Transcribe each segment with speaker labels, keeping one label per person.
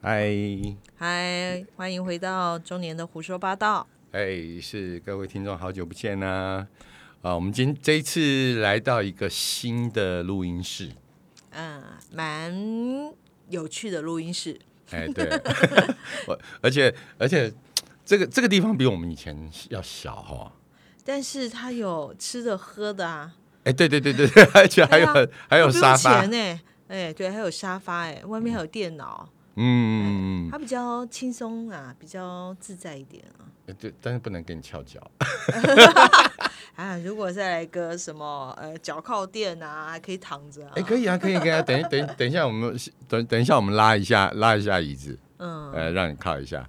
Speaker 1: 嗨，
Speaker 2: 嗨，欢迎回到中年的胡说八道。
Speaker 1: 哎，是各位听众，好久不见啦！啊，我们今这一次来到一个新的录音室，
Speaker 2: 嗯，蛮有趣的录音室。
Speaker 1: 哎， 对，我而且而且这个这个地方比我们以前要小哈、哦，
Speaker 2: 但是它有吃的喝的啊，
Speaker 1: 哎，对对对对，对而且还有、
Speaker 2: 对啊
Speaker 1: 还有
Speaker 2: 都不用
Speaker 1: 沙发，
Speaker 2: 钱呢、哎，对，还有沙发哎、外面还有电脑，
Speaker 1: 嗯，
Speaker 2: 它比较轻松啊，比较自在一点啊。
Speaker 1: 嗯对，但是不能给你翘脚，
Speaker 2: 啊，如果再来个什么呃脚靠垫啊，还可以躺着啊
Speaker 1: 哎，。可以啊，可以可以啊，等一等一等一下，我们等等一下，我们拉一下拉一下椅子，
Speaker 2: 嗯，
Speaker 1: 呃，让你靠一下。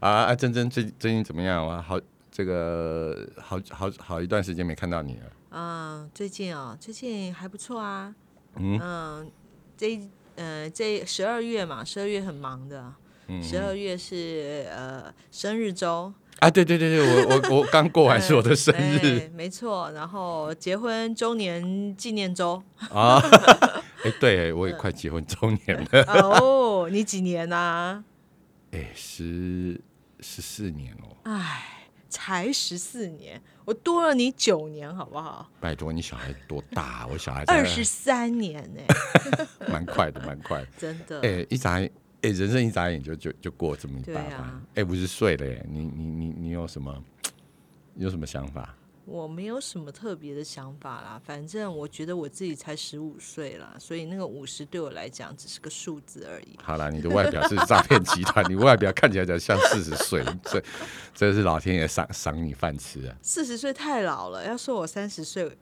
Speaker 1: 啊啊，珍珍最最近怎么样？我好这个好好好一段时间没看到你了。
Speaker 2: 嗯，最近哦，最近还不错啊。
Speaker 1: 嗯
Speaker 2: 这一呃这十二月嘛，十二月很忙的。
Speaker 1: 嗯
Speaker 2: 十二月是呃生日周，
Speaker 1: 啊，对对对对，我我我刚过完是我的生日
Speaker 2: 哎，没错。然后结婚周年纪 念周。
Speaker 1: 啊。哎，对，我也快结婚周年了，
Speaker 2: 哦，你几年啊呐、
Speaker 1: 哎，十十四年哦，
Speaker 2: 才十四年，我多了你九年，好不好？
Speaker 1: 拜托，你小孩多大？啊我小孩才
Speaker 2: 二十，三年呢、
Speaker 1: 蛮快的，蛮快的。
Speaker 2: 真的。
Speaker 1: 哎，一眨眼，哎，人生一眨眼就就就过这么一
Speaker 2: 对
Speaker 1: 大
Speaker 2: 啊
Speaker 1: 半。哎，五十岁了耶，你你你你有什么有什么想法？
Speaker 2: 我没有什么特别的想法啦，反正我觉得我自己才十五岁啦，所以那个五十对我来讲只是个数字而已。
Speaker 1: 好啦，你的外表是诈骗集团，你外表看起来才像四十岁，这这是老天爷赏赏你饭吃啊！
Speaker 2: 四十岁太老了，要说我三十岁，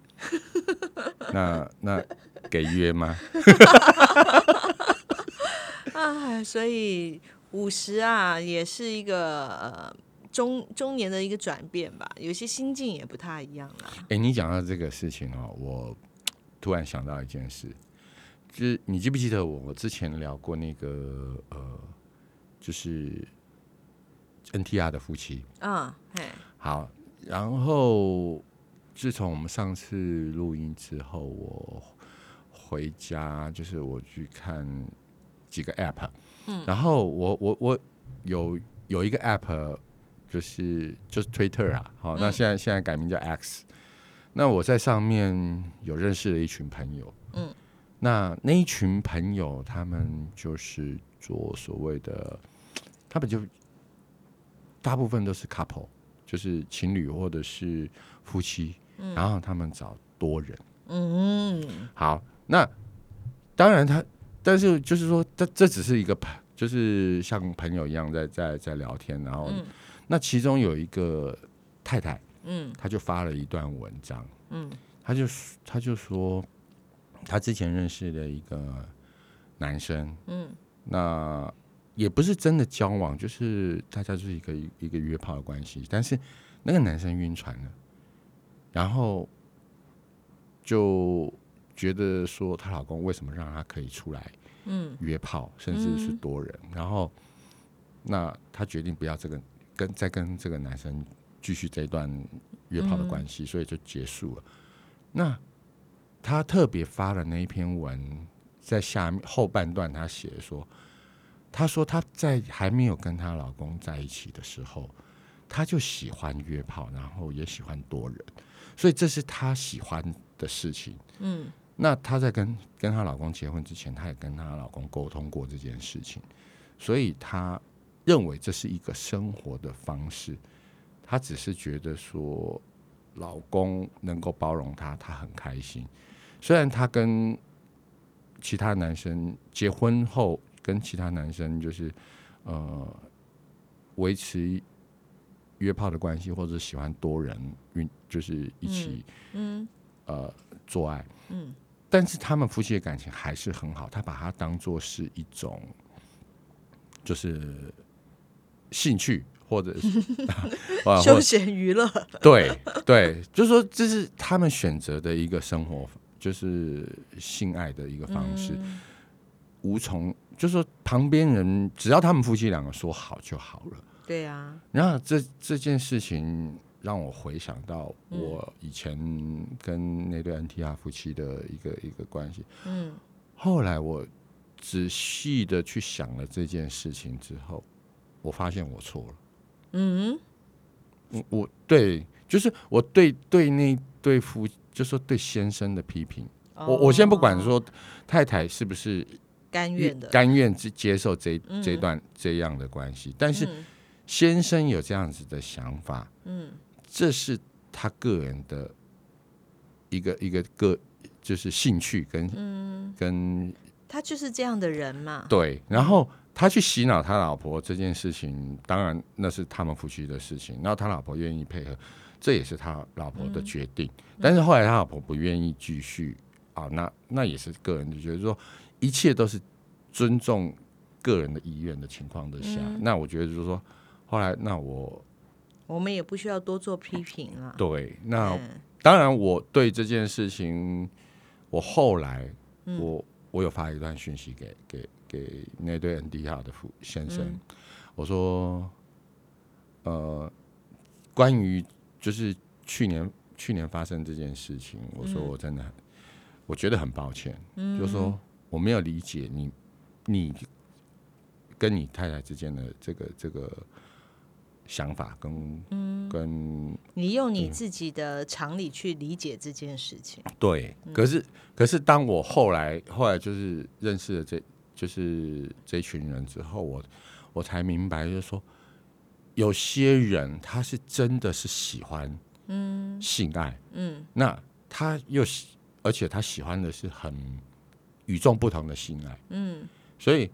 Speaker 1: 那那给约吗？
Speaker 2: 哎，所以五十啊，也是一个呃中中年的一个转变吧，有些心境也不太一样啦。
Speaker 1: 哎、你讲到这个事情哦，我突然想到一件事，就是你记不记得我我之前聊过那个呃，就是 NTR 的夫妻？
Speaker 2: 嗯，嘿，
Speaker 1: 好，然后自从我们上次录音之后，我回家就是我去看几个 app，嗯，然后我我我有有一个 app 就是就是 Twitter 啊，好，那现在、现在改名叫 X，那我在上面有认识了一群朋友，嗯，那那一群朋友他们就是做所谓的，他们就大部分都是 couple。就是情侣或者是夫妻，然后他们找多人。
Speaker 2: 嗯，
Speaker 1: 好，那当然他，但是就是说，这这只是一个朋，就是像朋友一样在在在聊天。然后，那其中有一个太太，
Speaker 2: 嗯，
Speaker 1: 她就发了一段文章，嗯，她就她就说，她之前认识的一个男生，嗯，那。也不是真的交往，就是大家就是一个一个约炮的关系，但是那个男生晕船了，然后就觉得说她老公为什么让她可以出来，嗯，约炮甚至是多人，然后那她决定不要这个跟再跟这个男生继续这一段约炮的关系，所以就结束了。那她特别发了那一篇文，在下面后半段她写说，她说她在还没有跟她老公在一起的时候。她就喜欢约炮，然后也喜欢多人，所以这是她喜欢的事情。
Speaker 2: 嗯，
Speaker 1: 那她在跟跟她老公结婚之前，她也跟她老公沟通过这件事情，所以她认为这是一个生活的方式。她只是觉得说，老公能够包容她，她很开心。虽然她跟其他男生结婚后，跟其他男生就是呃维持约炮的关系，或者喜欢多人运，就是一起嗯呃做爱，嗯，但是他们夫妻的感情还是很好，他把它当做是一种就是兴趣。或者是 啊，或
Speaker 2: 休闲娱乐，
Speaker 1: 对对，就是说这是他们选择的一个生活，就是性爱的一个方式，无从就是说旁边人只要他们夫妻两个说好就好了。
Speaker 2: 对啊，
Speaker 1: 然后这这件事情让我回想到我以前跟那对 NTR 夫妻的一个一个关系。嗯，后来我仔细的去想了这件事情之后，我发现我错了。嗯，我我对，就是我对对那对夫，就说对先生的批评，我我先不管说太太是不是
Speaker 2: 甘愿的，
Speaker 1: 甘愿接接受这这段这样的关系，但是
Speaker 2: 嗯
Speaker 1: 先生有这样子的想法，嗯，这是他个人的一个一个个就是兴趣跟嗯跟
Speaker 2: 他就是这样的人嘛。
Speaker 1: 对，然后他去洗脑他老婆这件事情，当然那是他们夫妻的事情，然后他老婆愿意配合，这也是他老婆的决定。但是后来他老婆不愿意继续啊，那那也是个人就觉得说，一切都是尊重个人的意愿的情况之下，那我觉得就是说，后来那我
Speaker 2: 我们也不需要多做批评了。
Speaker 1: 对那。
Speaker 2: 啊嗯
Speaker 1: 当然，我对这件事情，我后来我我有发一段讯息给给给那对 NDR 的夫先生，我说，呃，关于就是去年去年发生这件事情，我说我真的很，我觉得很抱歉，就说我没有理解你你跟你太太之间的这个这个想法跟、跟
Speaker 2: 你用你自己的常理去理解这件事情。
Speaker 1: 对，可是可是当我后来后来就是认识了这就是这群人之后，我我才明白，就是说有些人他是真的是喜欢嗯性爱嗯，那他又喜而且他喜欢的是很与众不同的性爱嗯，所以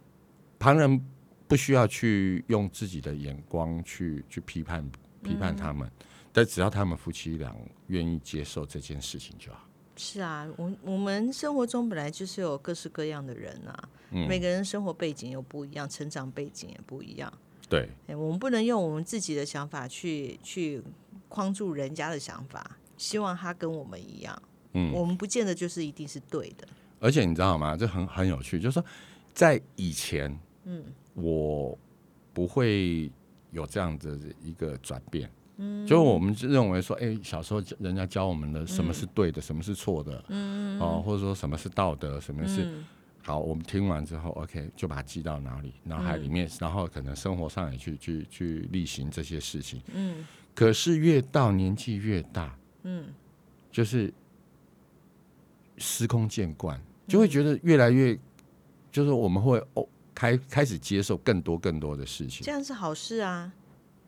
Speaker 1: 旁人不需要去用自己的眼光去去批判批判他们。但只要他们夫妻俩愿意接受这件事情就好。
Speaker 2: 是啊，我我们生活中本来就是有各式各样的人啊，每个人生活背景又不一样，成长背景也不一样。
Speaker 1: 对，
Speaker 2: 哎，我们不能用我们自己的想法去去框住人家的想法，希望他跟我们一样。
Speaker 1: 嗯
Speaker 2: 我们不见得就是一定是对的。
Speaker 1: 而且你知道吗？这很很有趣，就是说，在以前，嗯，我不会有这样的一个转变，嗯，就我们就认为说，哎、小时候教人家教我们的什么是对的，什么是错的，嗯，哦，或者说什么是道德，什么是、好，我们听完之后，OK，就把它记到脑里、脑海里面，然后可能生活上也去去去例行这些事情，嗯，可是越到年纪越大，嗯，就是司空见惯，就会觉得越来越，就是我们会哦开开始接受更多更多的事情
Speaker 2: 这。样是好事啊。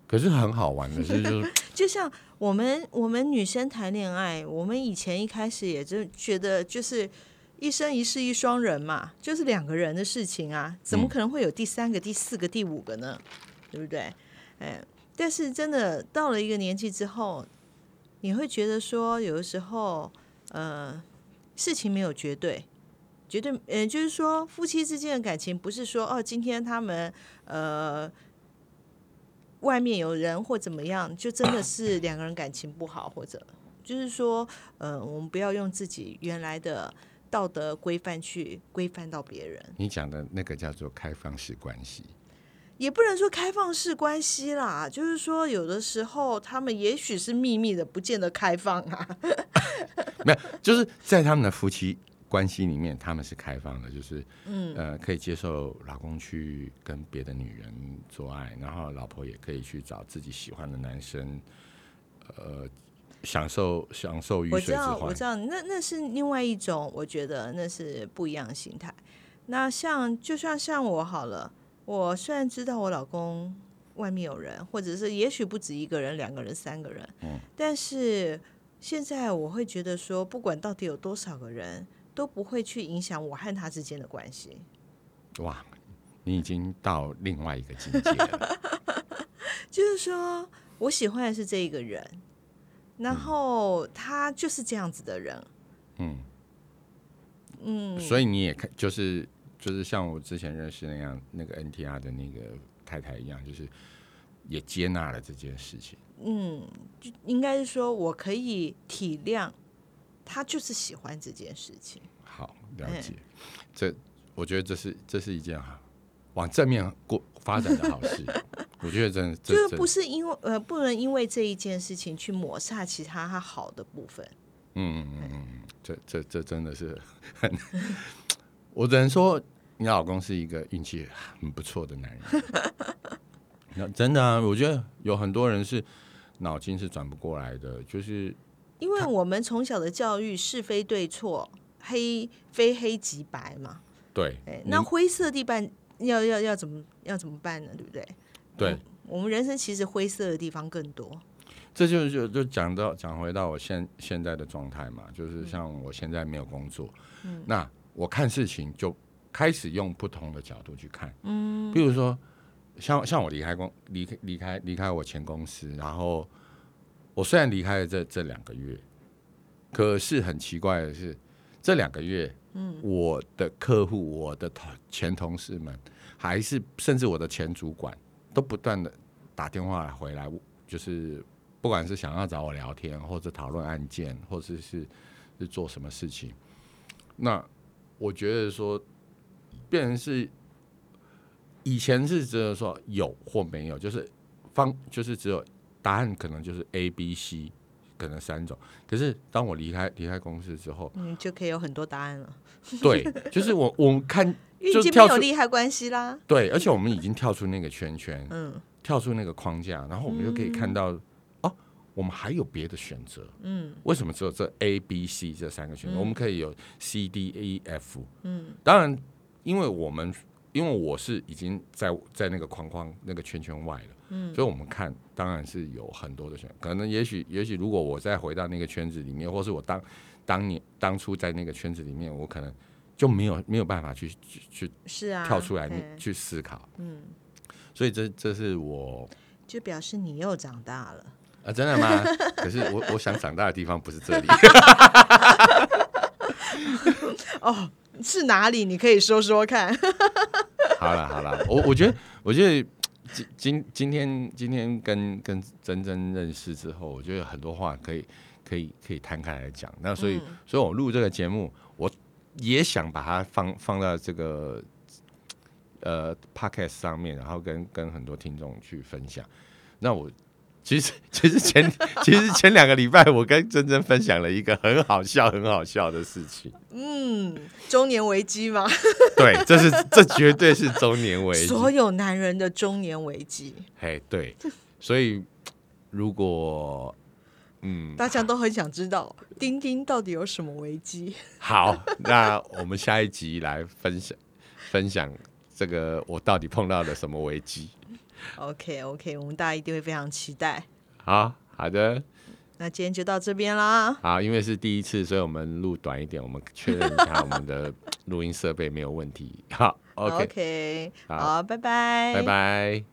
Speaker 1: 可是很好玩的 是，就是
Speaker 2: 就像我们我们女生谈恋爱，我们以前一开始也就觉得就是一生一世一双人嘛，就是两个人的事情啊，怎么可能会有第三个、第四个、第五个呢？对不对？哎，但是真的到了一个年纪之后，你会觉得说，有的时候，呃，事情没有绝对。绝对，呃，就是说，夫妻之间的感情不是说哦，今天他们呃外面有人或怎么样，就真的是两个人感情不好，或者就是说，呃，我们不要用自己原来的道德规范去规范到别人，
Speaker 1: 你讲的那个叫做开放式关系，
Speaker 2: 也不能说开放式关系啦，就是说有的时候他们也许是秘密的，不见得开放啊。
Speaker 1: 没有，就是在他们的夫妻关系里面，他们是开放的，就是嗯呃可以接受老公去跟别的女人做爱，然后老婆也可以去找自己喜欢的男生，呃，享受享受鱼
Speaker 2: 我
Speaker 1: 水之
Speaker 2: 知道，我
Speaker 1: 欢
Speaker 2: 知。道，那那是另外一种，我觉得那是不一样的心态。那像就像像我好了，我虽然知道我老公外面有人，或者是也许不止一个人、两个人、三个人，嗯，但是现在我会觉得说，不管到底有多少个人，都不会去影响我和他之间的关系。
Speaker 1: 哇，你已经到另外一个境界了。
Speaker 2: 就是说我喜欢的是这一个人，
Speaker 1: 嗯
Speaker 2: 然后他就是这样子的人，嗯
Speaker 1: 所以你也看，就是就是像我之前认识那样，那个 NTR 的那个太太一样，就是也接纳了这件事情。
Speaker 2: 应该是说我可以体谅他就是喜欢这件事情。
Speaker 1: 好，了解。
Speaker 2: 嗯
Speaker 1: 这我觉得这是这是一件好往正面过发展的好 事。我觉得真的，这
Speaker 2: 就是
Speaker 1: 这
Speaker 2: 不是因为呃，不能因为这一件事情去抹杀其他他好的部分。
Speaker 1: 嗯嗯嗯嗯，这这这真的是很，我只能说你老公是一个运气很不错的男 人。那真的啊，我觉得有很多人是脑筋是转不过来的，就是
Speaker 2: 因为我们从小的教育是非对错，黑非黑即白嘛。
Speaker 1: 对
Speaker 2: 哎，，
Speaker 1: 你
Speaker 2: 那灰色地板要要要怎么要怎么办呢？对不对？
Speaker 1: 对，
Speaker 2: 我们人生其实灰色的地方更多。，
Speaker 1: 这就就就讲到讲回到我现现在的状态嘛，就是像我现在没有工作，那我看事情就开始用不同的角度去看，嗯，比如说像像我离开公离开离开离开我前公司，然后我虽然离开了这这两个月，可是很奇怪的是这两个月，嗯，我的客户、我的同前同事们，还是甚至我的前主管，都不断的打电话回来，就是不管是想要找我聊天，或者讨论案件，或者是是做什么事情，那我觉得说，变成是以前是只有说有或没有，就是方就是只有答案可能就是 A、B、C，可能三种。可是当我离开离开公司之后
Speaker 2: 嗯，就可以有很多答案了，
Speaker 1: 对，就是我我们看
Speaker 2: 因为
Speaker 1: 就
Speaker 2: 已经没
Speaker 1: 跳
Speaker 2: 有
Speaker 1: 出
Speaker 2: 利害关系啦。
Speaker 1: 对，而且我们已经跳出那个圈圈，
Speaker 2: 嗯
Speaker 1: 跳出那个框架，然后我们就可以看到、哦，我们还有别的选择。
Speaker 2: 嗯，
Speaker 1: 为什么只有这 A、B、C 这三个选择？我们可以有 C、D、E、F。
Speaker 2: 嗯，
Speaker 1: 当然，因为我们因为我是已经在在那个框框那个圈圈外了，嗯，所以我们看当然是有很多的选择。可能也许也许如果我再回到那个圈子里面，或是我当当年当初在那个圈子里面，我可能就没有没有办法去去去
Speaker 2: 是啊，
Speaker 1: 跳出来、
Speaker 2: 嘿
Speaker 1: 去思考。
Speaker 2: 嗯，
Speaker 1: 所以这这是我
Speaker 2: 就表示你又长大了。
Speaker 1: 啊，真的 吗？可是我我想长大的地方不是这里。
Speaker 2: 哦，是哪里？你可以说说看。
Speaker 1: 好了好了，我我觉得我觉得今今今天今天跟跟真真认识之后，我觉得很多话可以可以可以摊开来讲。那所以、所以我录这个节目，我也想把它放放到这个呃 podcast 上面，然后跟跟很多听众去分享。那我。其实，其实前其实前两个礼拜，我跟珍珍分享了一个很好笑、很好笑的事情。
Speaker 2: 嗯，中年危机嘛，
Speaker 1: 对，这是这绝对是中年危机。
Speaker 2: 所有男人的中年危机，
Speaker 1: 哎，对，所以如果嗯
Speaker 2: 大家都很想知道丁丁到底有什么危机。
Speaker 1: 好，那我们下一集来分享分享这个我到底碰到了什么危机。
Speaker 2: OK OK，我们大家一定会非常期待。
Speaker 1: 好好的，
Speaker 2: 那今天就到这边啦。
Speaker 1: 好，因为是第一次，所以我们录短一点，我们确认一下我们的 录音设备没有问题。好
Speaker 2: OK，,
Speaker 1: ，OK，
Speaker 2: 好，拜拜，
Speaker 1: 拜拜。